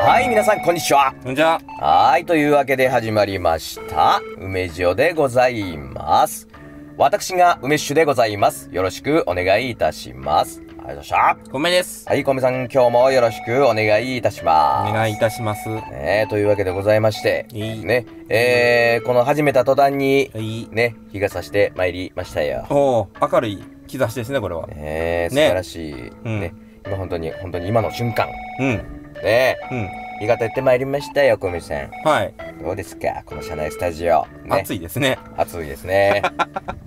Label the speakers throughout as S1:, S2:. S1: はい、皆さん、こんにちは。
S2: こんにちは。
S1: はい、というわけで始まりました。梅塩でございます。私が梅酒でございます。よろしくお願いいたします。ありがとうございました。
S2: 米です。
S1: はい、小梅さん、今日もよろしくお願いいたし
S2: お
S1: ます。
S2: 願いいたします。は
S1: ねえ、というわけでございまして、
S2: いい
S1: ね、えー、この始めた途端に、
S2: い。
S1: ね、日が差してまいりましたよ。
S2: おー、明るい兆しですね、これは。
S1: ねえ、素
S2: ね
S1: 晴らしい。ね
S2: うん
S1: 今本当に、本当に今の瞬間。
S2: うん。
S1: ね
S2: うん。
S1: え、日が照ってまいりましたよ、小梅さん。
S2: はい。
S1: どうですかこの車内スタジオ。ね、
S2: 暑いですね。
S1: 暑いですね。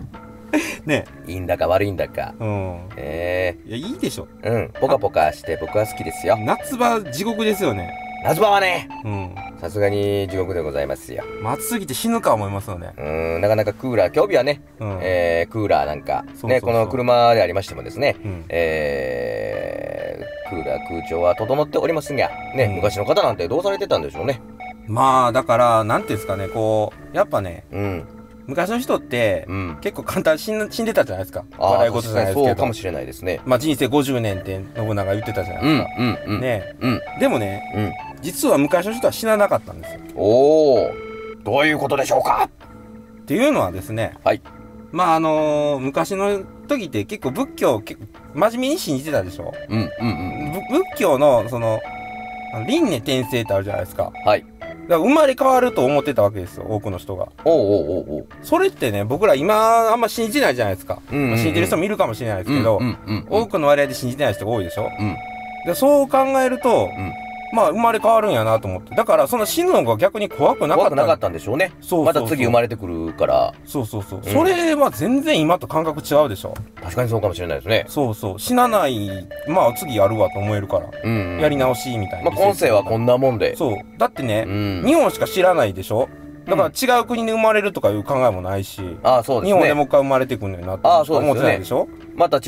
S2: ね。
S1: いいんだか悪いんだか。
S2: うん。
S1: え
S2: いや、いいでしょ。
S1: えうん、ポカポカして僕は好きですよ。
S2: 夏場地獄ですよね。
S1: 夏場はね、
S2: うん。
S1: さすがに地獄でございますよ。
S2: まあ暑すぎて死ぬか思いますよね。
S1: うーん、なかなかクーラー、今日日はね、
S2: うん。
S1: えー、クーラーなんか、
S2: そうそうそう
S1: ね、この車でありましてもですね、
S2: うん。
S1: えー、クーラー、空調は整っておりますが、ね、
S2: うん
S1: 昔の方なんてどうされてたんでしょうね。
S2: まあ、だから、なんていうんですかね、こう、やっぱね、
S1: うん、
S2: 昔の人って
S1: う、ん。
S2: 結構簡単に死ん死んでたじゃないですか。
S1: あ
S2: 笑い
S1: あ、
S2: 事じ
S1: 確かに
S2: ゃないですけ
S1: そ
S2: ど。
S1: うかもしれないですね。
S2: まあ、人生50年って信長言ってたじゃな
S1: うん、
S2: いで
S1: うん、う
S2: すか。
S1: ん。
S2: ね
S1: うん、
S2: でもね、
S1: うん。
S2: 実は昔の人は死ななかったんですよ。
S1: おお、どういうことでしょうか
S2: っていうのはですね、
S1: はい。
S2: まああのー昔の時って結構仏教を結構真面目に信じてたでしょ
S1: うん、うん、うん。
S2: ぶ仏教のその、あの輪廻転生ってあるじゃないですか。
S1: はい。
S2: だから生まれ変わると思ってたわけですよ、多くの人が。
S1: おうおうおうおう。
S2: それってね、僕ら今あんま信じないじゃないですか。
S1: うんうんうん
S2: まあ信じてる人もいるかもしれないですけど、
S1: うん、うん、うん。
S2: 多くの割合で信じてない人が多いでしょ
S1: うん。
S2: でそう考えると、
S1: うん
S2: まあ生まれ変わるんやなと思って。だからその死ぬのが逆に怖くなかっ
S1: 怖
S2: た。
S1: くなかったんでしょうね。
S2: そうそうそう
S1: また次生まれてくるから、
S2: そうそうそう。
S1: ん
S2: それは全然今と感覚違うでしょ
S1: 確かにそうかもしれないですね。
S2: そうそう。死なない、まあ次やるわと思えるから。
S1: うん、うん。
S2: やり直しみたいな。
S1: まあ、今世はこんなもんで。
S2: そう。だって
S1: う
S2: ね、
S1: ん。
S2: 日本しか知らないでしょだから違う国に生まれるとかいう考えもないし、
S1: ああ、そうで
S2: 日
S1: す
S2: 本で
S1: ね。
S2: もう一回生まれてくんのよなって
S1: あ
S2: 思
S1: あそうですよね
S2: ってないでしょ
S1: また違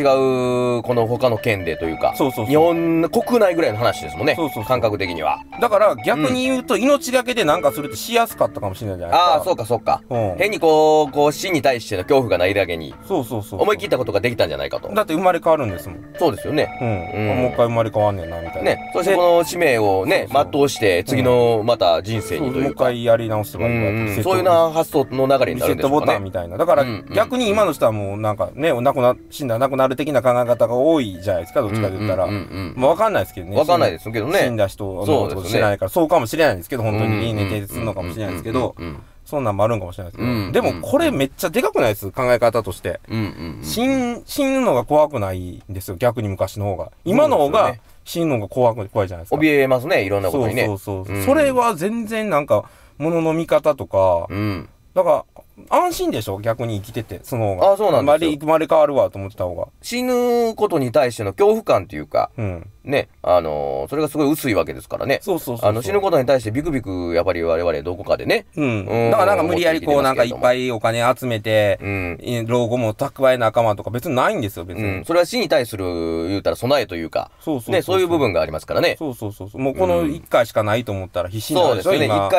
S1: う、この他の県でというか、
S2: そうそうそう
S1: 日本の国内ぐらいの話ですもんね。
S2: そうそうそう
S1: 感覚的には。
S2: だから逆に言うと命がけでなんかするってしやすかったかもしれないじゃないですか。
S1: ああ、そうかそうか。
S2: うん
S1: 変にこう、こう、死に対しての恐怖がないだけに、
S2: そうそうそう。
S1: 思い切ったことができたんじゃないかと。
S2: だって生まれ変わるんですもん。うん。
S1: そうですよね。うん
S2: もう一回生まれ変わんねんな、みたいな。
S1: ね。そしてこの使命をね、
S2: そうそう
S1: 全うして、次のまた人生
S2: そう
S1: にと
S2: も
S1: いうう
S2: 一
S1: か。
S2: 回やり直せばいいわ
S1: うんうん
S2: リセット
S1: そういうな発想の流れに
S2: リ
S1: なる
S2: セ
S1: んでし
S2: ット
S1: ょ
S2: ボ
S1: うか
S2: タン
S1: ね。
S2: みたいな。だから
S1: うんうん
S2: 逆に今の人はもうなんかね、亡くな、死んだら亡くなる的な考え方が多いじゃないですか、どっちかと言ったら。
S1: うんうんうんうん
S2: まあわかんないですけどね。
S1: わかんないですけどね
S2: 死んだ人の
S1: そうです
S2: こ
S1: ね
S2: と知らないから、そうかもしれないですけど、本当
S1: うん
S2: にいいね定するのかもしれないですけど、
S1: うんうん
S2: そんなんもあるんかもしれないですけ
S1: うんうん
S2: ど。でもこれめっちゃでかくないです考え方として。
S1: うんうんうん
S2: 死ん、死ぬのが怖くないんですよ、逆に昔の方が。今の方
S1: そう
S2: が
S1: ですよ
S2: 死ぬのが怖く、怖いじゃないですか。
S1: 怯えますねいろんなこ
S2: そ
S1: と
S2: う
S1: にね
S2: そうそう。
S1: うん
S2: それは全然なんか、物の見方とか、
S1: うん
S2: だから、安心でしょ逆に生きてて、その方が。
S1: あそうなんですよ
S2: 生まれ生まれ変わるわと思ってた方が。
S1: 死ぬことに対しての恐怖感というか
S2: うん。
S1: ねあのーそれがすごい薄いわけですからね
S2: そうそうそうそう。
S1: あの死ぬことに対してビクビクやっぱり我々どこかでね
S2: うん。
S1: うん
S2: だからなんか無理やりこうなんかいっぱいお金集めて
S1: う、ん
S2: え老後も蓄え仲間とか別にないんですよ、別
S1: う
S2: に。
S1: んそれは死に対する言うたら備えというか
S2: そうそうそう。
S1: ねそういう部。分がありますからね
S2: そうそうそうそう。もうこの一回しかないと思ったら必死にな
S1: そうで
S2: るですしょ、
S1: よね
S2: 今
S1: 一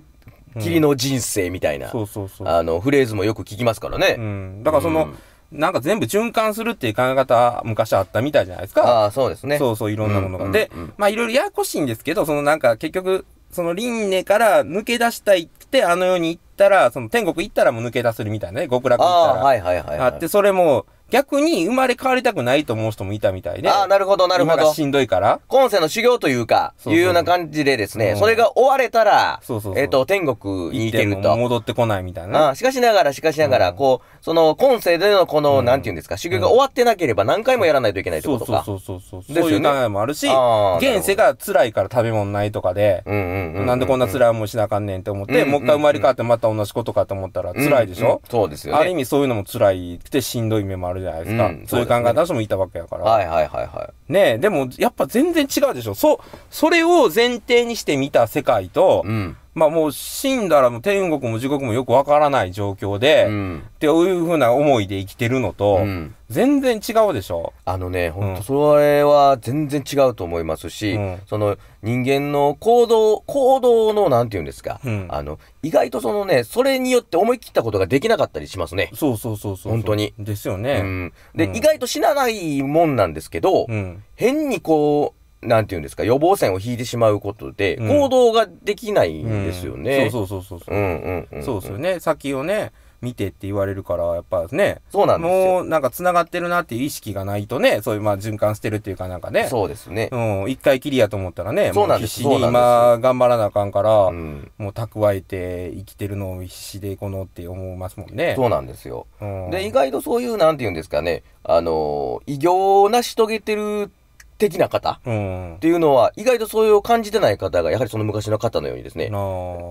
S1: 回きりの人生みたいな
S2: そうそうそう。
S1: あのフレーズもよく聞きますから
S2: う
S1: ね
S2: ん。だからその、なんか全部循環するっていう考え方、昔あったみたいじゃないですか。
S1: ああそうですね
S2: そうそう、いろんなものが。
S1: うん
S2: で
S1: うんうん、
S2: まあいろいろややこしいんですけど、そのなんか結局、その輪廻から抜け出したいって、あの世に行ったら、その天国行ったらもう抜け出せるみたいなね、極楽行
S1: あ
S2: った
S1: あ
S2: ら。
S1: はいはいはいはい
S2: あって、それも、逆に生まれ変わりたくないと思う人もいたみたいで。
S1: ああ、なるほど、なるほ
S2: 今が
S1: ど。
S2: しんどいから。
S1: 今世の修行というか、
S2: そうそう
S1: いうような感じでですね、
S2: うん
S1: それが終われたら、
S2: そうそうそう
S1: えっ、と、天国に行け
S2: っ
S1: る
S2: てもう
S1: と。
S2: 戻ってこないみたいなね。
S1: ああしかしながら、しかしながら、
S2: うん
S1: こう、その、今世でのこの、なんていうんですか、修行が終わってなければ何回もやらないといけないって
S2: そ
S1: こ
S2: う
S1: と
S2: そう
S1: か。
S2: そうそうそう。
S1: ですよね
S2: そういう考えもあるし
S1: あ、ー
S2: 現世が辛いから食べ物ないとかで、
S1: うんうんうう
S2: なんでこんな辛い思いしなあかんねんって思っ
S1: うんうん
S2: て、
S1: うん
S2: もう一回生まれ変わってまた同じことかと思ったら辛いでし
S1: うんうん
S2: ょ
S1: そうですよ
S2: ある意
S1: ね。
S2: 味そういうのも辛いくてしんどい面もあるじゃないですか。
S1: うん
S2: そういう考え方の人もいたわけやから。
S1: はいはいはいは
S2: ねえ、でもやっぱ全然違うでしょ。そう、それを前提にして見た世界と、
S1: い。うん。
S2: まあもう死んだらもう天国も地獄もよくわからない状況で、
S1: う
S2: っ
S1: ん。
S2: ていうふうな思いで生きてるのと、
S1: うん
S2: 全然違うでしょ
S1: あのね、本
S2: う
S1: 当
S2: ん
S1: それは全然違うと思いますし、
S2: うん
S1: その人間の行動、行動のなんて言うんですか、
S2: うん
S1: あの、意外とそのね、それによって思い切ったことができなかったりしますね。
S2: そうそうそうそう。
S1: 本当に
S2: ですよ
S1: う
S2: ね。
S1: ん。で、
S2: うん
S1: 意外と死なないもんなんですけど、
S2: うん。
S1: 変にこう、なんて言うんですか、予防線を引いてしまうことで、
S2: うん
S1: 行動ができないん
S2: うん
S1: ですよね。
S2: そうそうそうそう。
S1: うんうんうん。
S2: そうですよね。先をね、見てって言われるから、やっぱね、
S1: そうなんですよ。
S2: もうなんか繋がってるなっていう意識がないとね、そういうまあ循環してるっていうかなんかね。
S1: そうですね。
S2: うん、一回きりやと思ったらね、
S1: そうなん
S2: も
S1: で
S2: 必
S1: す
S2: 死に
S1: そうな
S2: 今頑張らなあかんから、
S1: うん
S2: もう蓄えて生きてるのを必死でこのって思いますもんね。
S1: そうなんですよ。
S2: うん
S1: で、意外とそういう、なんて言うんですかね、あのー、偉業を成し遂げてる的な方っ
S2: うん。
S1: ていうのは、意外とそれを感じてない方が、やはりその昔の方のようにですね
S2: な、あ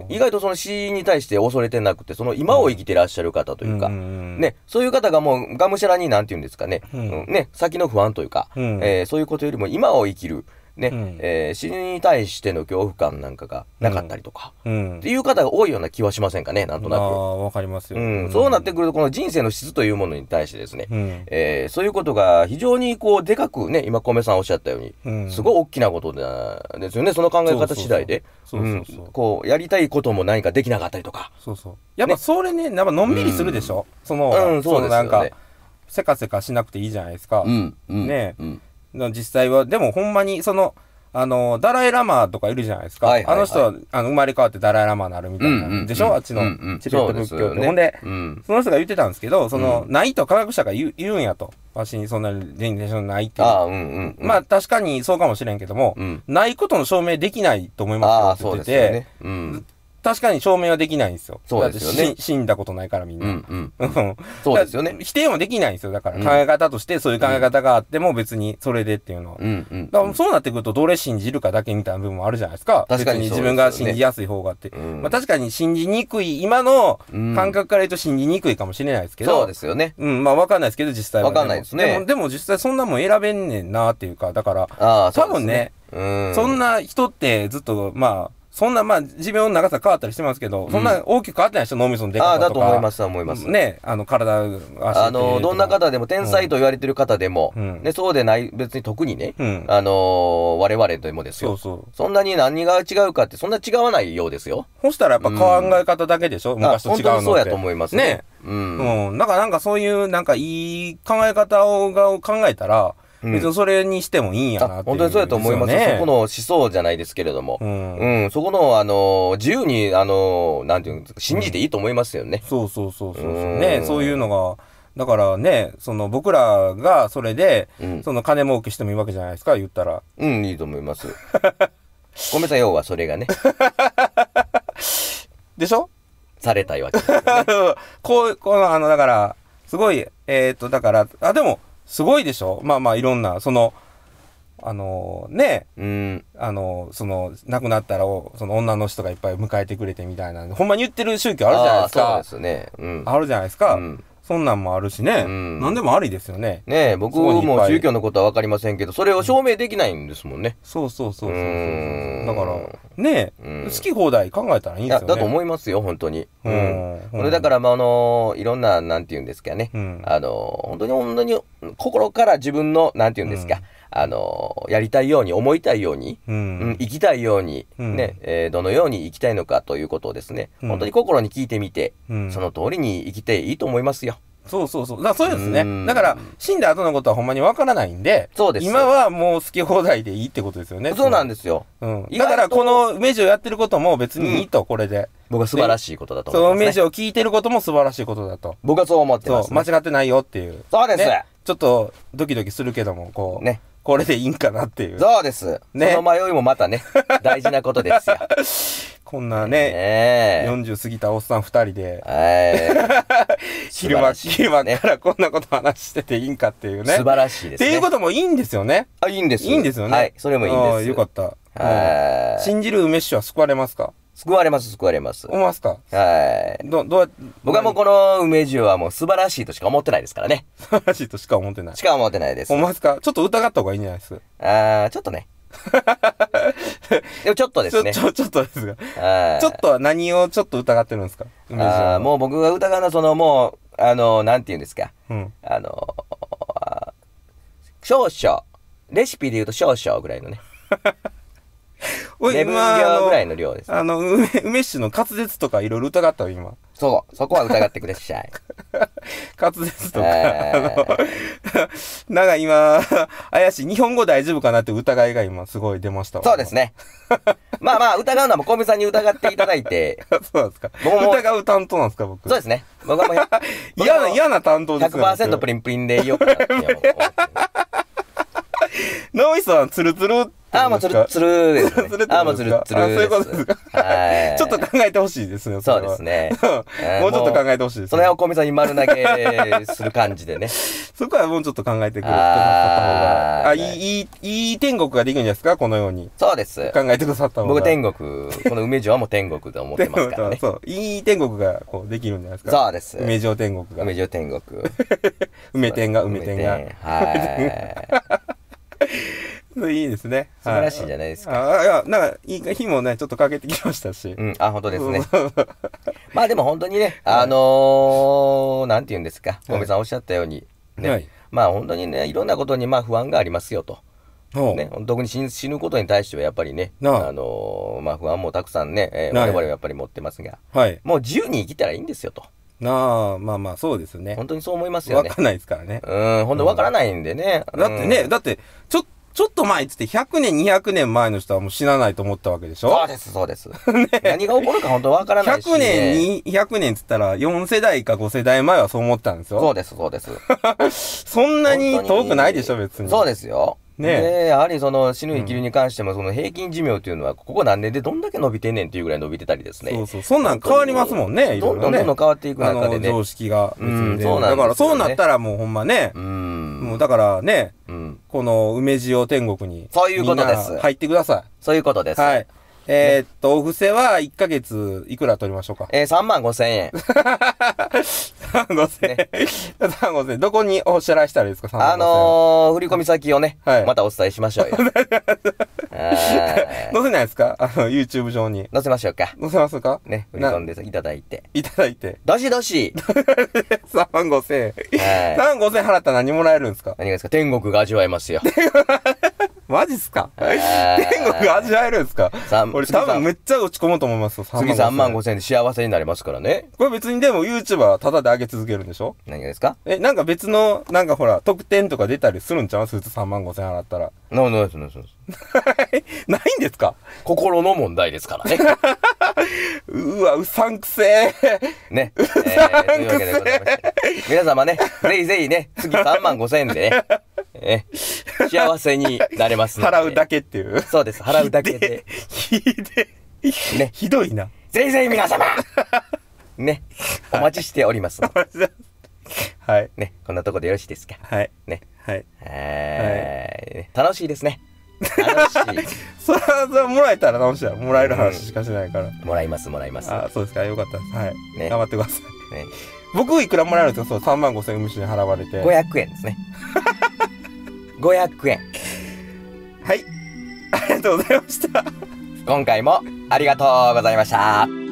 S1: 意外とその死に対して恐れてなくて、その今を生きてらっしゃる方というか、
S2: んんん
S1: ね、そういう方がもうがむしゃらになんて言うんですかね、
S2: うん
S1: うんね、先の不安というか、
S2: うん
S1: えーそういうことよりも今を生きる、ね、
S2: うん
S1: えー死に対しての恐怖感なんかがなかったりとか、
S2: うん
S1: って。いう方が多いような気はしませんかね、なんと
S2: あ
S1: なく。
S2: あ、わかりますよ。
S1: うん、そうなってくると、この人生の質というものに対してですね、
S2: うん。
S1: えーそういうことが非常にこう、でかくね、今、米さんおっしゃったように、
S2: うん
S1: すごい大きなことなんですよね、その考え方次第で。
S2: そうそうそう
S1: うんこう、やりたいことも何かできなかったりとか。
S2: そうそう。やっぱそれね、やっぱのんびりするでしょ、その、
S1: うんそうですよね
S2: のなんか、せかせかしなくていいじゃないですか。
S1: ん、うん
S2: ね
S1: うん。
S2: の実際は、でもほんまに、その、あの、ダライラマとかいるじゃないですか。
S1: はいはいはい
S2: あの人は、あの、生まれ変わってダライラマになるみたいな。でしょ、あっちの
S1: うんうん、
S2: チベット仏
S1: そ
S2: 教
S1: う
S2: っ
S1: すよ
S2: て。
S1: ね
S2: ほんで、
S1: うん。
S2: その人が言ってたんですけど、その、
S1: う
S2: ないと科学者が言う言うんやと。わしにそんな全然ないっていう。
S1: ああ、うんうんうん。
S2: まあ、確かにそうかもしれんけども、
S1: うん
S2: ないことの証明できないと思
S1: あ
S2: い
S1: あ、
S2: ますよ
S1: そ
S2: っ
S1: う
S2: て言
S1: で
S2: っ
S1: すよ
S2: て
S1: ね。
S2: て、
S1: うん。
S2: 確かに証明はできないんですよ。
S1: そうですよね
S2: だってし死んだことないからみん
S1: う
S2: な。
S1: んうん。
S2: うん
S1: そうですよ
S2: だか
S1: ね。
S2: ら否定もできないんですよ。だから
S1: うん
S2: 考え方としてそういう考え方があっても別にそれでっていうのは。
S1: うんうん。
S2: だからそうなってくるとどれ信じるかだけみたいな部分もあるじゃないですか。
S1: 確かにそう
S2: 別
S1: ですよね
S2: 自分が信じやすい方がって。
S1: うん
S2: まあ確かに信じにくい、今の
S1: うん
S2: 感覚から言うと信じにくいかもしれないですけど。
S1: そうですよね。
S2: うん、まあわかんないですけど実際は、
S1: わかんないですね
S2: でも、でも実際そんなもん選べんねんなっていうか、だから、
S1: ああ、そ
S2: 多
S1: うです
S2: 分ね、。
S1: うん。
S2: そんな人ってずっと、まあ、そんな、まあ、寿命の長さ変わったりしてますけど、そんな大きく変わってない人、脳みその出
S1: あ
S2: 方
S1: あ、だと
S2: とか。
S1: 思います、思います。
S2: ね、あの、体、足
S1: あの、どんな、方でも、天才と言われてる方でも、
S2: うん
S1: ね、そうでない、別に特にね、
S2: うん。
S1: あのー我々でもです
S2: そう
S1: よ。
S2: そう。
S1: そんなに何が違うかって、そんな違わないようですよ。
S2: そしたらやっぱ考え方だけでしょ、
S1: あ
S2: 昔と違うの
S1: 本
S2: って。
S1: 当にそうやと思いますね。
S2: ね。
S1: う。
S2: うんん。なんか、なんかそういう、なんかいい考え方をが考えたら、
S1: うん
S2: 別にそれにしてもいいん
S1: あ
S2: やなってい
S1: 本当にそうやと思いますよ。そこの
S2: の、
S1: 思想じゃないですけれども
S2: う。ん。
S1: うん、そこの、あのー自由に、あのーなんていうんですか、信じていいと思いますよね。
S2: そうそうそうそうそうう。
S1: ーん
S2: ね、そういうのが、だからね、その僕らがそれで、
S1: うん。
S2: その金儲けしてもいいわけじゃないですか、言ったら。
S1: うん、いいと思います。 ごめんなさい、要はそれがね、
S2: でしょ
S1: されたいわけです。
S2: こう、この、あの、だから、すごい、えーっと、だから、あ、でも、すごいでしょまあまあ、いろんな、その、あの、ね、
S1: うん。
S2: あの、その、亡くなったらを、その女の人がいっぱい迎えてくれてみたいな、ほんまに言ってる宗教あるじゃないです
S1: あ
S2: か
S1: ー。そうですね。うん。
S2: あるじゃないですか。
S1: うん
S2: そんなんもあるしね。
S1: うん
S2: 何でもありですよね。
S1: ねえ、僕
S2: そこにいっぱ
S1: も
S2: い
S1: 宗教のことは分かりませんけど、それを証明できないんですもんね。
S2: そうそうそうそうそう
S1: うーん
S2: だから、ね、
S1: うん
S2: 好き放題考えたらいいん
S1: い
S2: で
S1: や、
S2: すよね。
S1: だと思いますよ、本当に。う
S2: う
S1: ん。
S2: んうん
S1: これだから、まあ、あのー、いろんな、なんて言うんですかね。
S2: うん
S1: あのー、本当に本当に、心から自分の、なんて言うんですか、あのー、やりたいように、思いたいように、
S2: う。
S1: うんん、生きたいように、
S2: うん
S1: ね、えーどのように生きたいのかということをですね、
S2: うん
S1: 本当に心に聞いてみて、
S2: うん
S1: その通りに生きていいと思いますよ。
S2: そうそうそう。だからそうです
S1: う
S2: ね。
S1: ん
S2: だから、死んだ後のことはほんまにわからないんで、
S1: そうです
S2: 今はもう好き放題でいいってことですよね。。
S1: そうなんですすよ。
S2: うん。
S1: 意
S2: だか
S1: 外
S2: ら、
S1: と
S2: この梅ジをやってることも別にいいと、これで。
S1: 僕は素晴らしいことだと
S2: その
S1: 思い
S2: 梅
S1: ます、
S2: ジ
S1: ね。
S2: を聞いてることも素晴らしいことだと。
S1: 僕はそう思ってま
S2: そ
S1: す、
S2: う、
S1: ね
S2: 間。違ってないよっていう。
S1: そうです
S2: ねちょっと、ドキドキするけども、こう、
S1: ね
S2: これでいいんかなっていう。
S1: そうです。
S2: ね
S1: その迷いもまた ね、大事なことですよ。
S2: こんなね、
S1: ええ
S2: 40過ぎたおっさん2人で、
S1: ええ
S2: 昼間、
S1: 素
S2: 昼間
S1: ね
S2: からこんなこと話してていいんかっていうね。
S1: 晴らしいで
S2: っ
S1: すね。
S2: ていうこともいいんですよね。
S1: あ、いいんです。
S2: いいんですよね。
S1: はい、それもいいん
S2: ああ
S1: です。
S2: よかった。うん
S1: はい。
S2: 信じる梅酒は救われますか
S1: 救われます、救われます。
S2: 思いますか
S1: はい。
S2: ど、どうや
S1: 僕はもうこの梅酒はもう素晴らしいとしか思ってないですからね。
S2: 素晴らしいとしか思ってな い
S1: し。か思ってないです。
S2: 思いますかちょっと疑った方がいいんじゃないですか
S1: あー、ちょっとね。でもちょっとで
S2: ちょ、
S1: すね。
S2: ちょ、ちょっとですが。
S1: はい
S2: ちょっとは何をちょっと疑ってるんですか梅地
S1: あ
S2: は
S1: ーもう僕が疑うのは、そのもう、あの、なんて言うんですか。
S2: うん。
S1: あのあー少々。レシピで言うと少々ぐらいのね。
S2: おい、
S1: 目分
S2: 今、
S1: 量ぐら
S2: あ
S1: いの量です。
S2: の、あの梅、梅酒の滑舌とかいろいろ疑ったよ、今。
S1: そう、そこは疑ってくださ い。
S2: 滑舌と
S1: え
S2: か、あの、 なんか今、怪しい。日本語大丈夫かなって疑いが今、すごい出ましたわ。
S1: そうですね。まあまあ、疑うのはもう小見さんに疑っていただい て、
S2: 今。 そうなんですか。
S1: 僕も
S2: 疑う担当なんですか、僕。
S1: そうですね。僕はもう100、
S2: 嫌な、嫌な担当ですね
S1: 100%プリンプリンでいようかなって思って。
S2: 直井さん、ツルツルって
S1: ああ、も
S2: 言ん
S1: う
S2: で
S1: ツ
S2: すか
S1: ルツルです、
S2: ツルツル
S1: ね
S2: っ。て
S1: ああ、
S2: こ
S1: も
S2: と
S1: うツルツル
S2: ですか
S1: です。
S2: あそういうことです
S1: はい。
S2: ちょっと考えてほしいですね。
S1: そ
S2: れ
S1: う
S2: は
S1: です。ね。えー
S2: もうちょっと考えてほしいです
S1: その辺
S2: ね。
S1: を小見さんに丸投げする感じでね。
S2: そこはもうちょっと考えてくれくださ
S1: あー
S2: った方が。あ、いい、いい、いい天国ができるんじゃないですかこのように。
S1: そうです。
S2: 考えてくださった方が。
S1: 僕天国、この梅城はもう天国と思ってますからね。
S2: そう。い い天国が、こう、できるんじゃないですか。
S1: そうです。
S2: 梅城天国が。
S1: 梅城天国。
S2: 梅天が、梅天が。
S1: 梅天 はい。
S2: いいですね。
S1: 素晴らしいじゃないです
S2: か。ああ、いや、なんか、いい日もね、ちょっとかけてきましたし。
S1: うん、あ、本当ですね。
S2: そうそう
S1: まあでも本当にね、
S2: はい
S1: あのー、なんて言うんですか、小見さんおっしゃったように、ね、
S2: はい
S1: まあ本当にね、いろんなことにまあ不安がありますよと。
S2: そう。
S1: ね、特に死ぬ死ぬことに対してはやっぱりね、あ
S2: なあ
S1: のーまあ不安もたくさんね、えー
S2: なあ
S1: 我々はやっぱり持ってますが、
S2: はい。
S1: もう自由に生きたらいいんですよと。
S2: なあ、まあまあ、そうですね。
S1: 本当にそう思いますよ
S2: わ
S1: ね。
S2: かんないですからね。
S1: うん、本当わからないんでね。
S2: だってね、
S1: うん
S2: だって、ちょ、ちょっと前っつって100年、200年前の人はもう死なないと思ったわけでしょ
S1: そうです、そう です。何が起こるか本当わからないし、ね。
S2: 100年、200年っつったら4世代か5世代前はそう思ったんです
S1: そ
S2: よ
S1: う。です、そうです。
S2: そんなに遠くないでしょ、別に。
S1: そう
S2: す。
S1: ですよ。
S2: ねえ
S1: でやはりその死ぬ生きるに関しても、その平均寿命というのは、ここ何年でどんだけ伸びてんねんっていうぐらい伸びてたりですね。
S2: そうそう。そんなん変わりますもんね、い
S1: ど
S2: ろい
S1: んど
S2: ろ
S1: ん
S2: ね。
S1: どんどん変わっていく
S2: あ
S1: 中で
S2: の、
S1: ね。
S2: 常識が。別
S1: う
S2: に
S1: ん
S2: ね
S1: そうなんですよね
S2: だから、そうなったらもうほんまね
S1: う、ん。
S2: もうだからね、
S1: うん。
S2: この梅塩天国に。
S1: そういうことです
S2: みんな入ってくださ
S1: そういうことで
S2: い。
S1: す。
S2: はい。えーっと、お布施は1ヶ月いくら取りましょうか
S1: えー、3万5千円。
S2: 三五千。三五千。どこにお支払いしたらいいですか三五千。
S1: あのー、振込先をね、
S2: はい
S1: またお伝えしましょう よ。はい
S2: 載せないですかあの、YouTube 上に。
S1: 載せましょうか。
S2: 載せますか
S1: ね、振り
S2: な
S1: 込んでいただいて。
S2: いただいて。
S1: どしど し
S2: 三五千。
S1: はい
S2: 三五千払ったら何もらえるんですか
S1: 何がですか天国が味わえますよ。
S2: マジっすか
S1: はい
S2: 天国味わえるんですか
S1: 三
S2: 俺
S1: 次さ
S2: 多
S1: ん
S2: 分めっちゃ落ち込むと思いますよ。
S1: 次3万
S2: 千
S1: 5千円で幸せになれますからね。
S2: これ別にでも YouTuber はタダで上げ続けるんでしょ
S1: 何がですか
S2: え、なんか別の、なんかほら、特典とか出たりするんちゃう普通3万5千払ったら。
S1: な、な、な、な、な。
S2: ないんですか
S1: 心の問題です からね。
S2: うわ、うさんくせえ。
S1: ね。えー、というわけでございまして。皆様ね、ぜひぜひね、次3万5千円で ね、えー幸せになれますので。
S2: 払うだけっていう。
S1: そうです。払うだけ で。
S2: ひでえ
S1: ね
S2: ひどいな。
S1: ぜひぜひ皆 様ね。お待ちしておりますので。
S2: はい。
S1: ね。こんなとこでよろしいですか。
S2: はい。
S1: ね。
S2: はい。
S1: はーい。楽しいですね。楽し
S2: それは、それはもらえたら楽しいやろ。もらえる話しかしないから。
S1: い。もらいます、もらいます。ね
S2: あ、そうですか。よかったです。はい。
S1: ね
S2: 頑張ってください。僕いくらもらえるんですかそう、3万5千無視に払われて。はい。
S1: 500円ですね。500円。
S2: ありがとうございました。
S1: 今回もありがとうございました。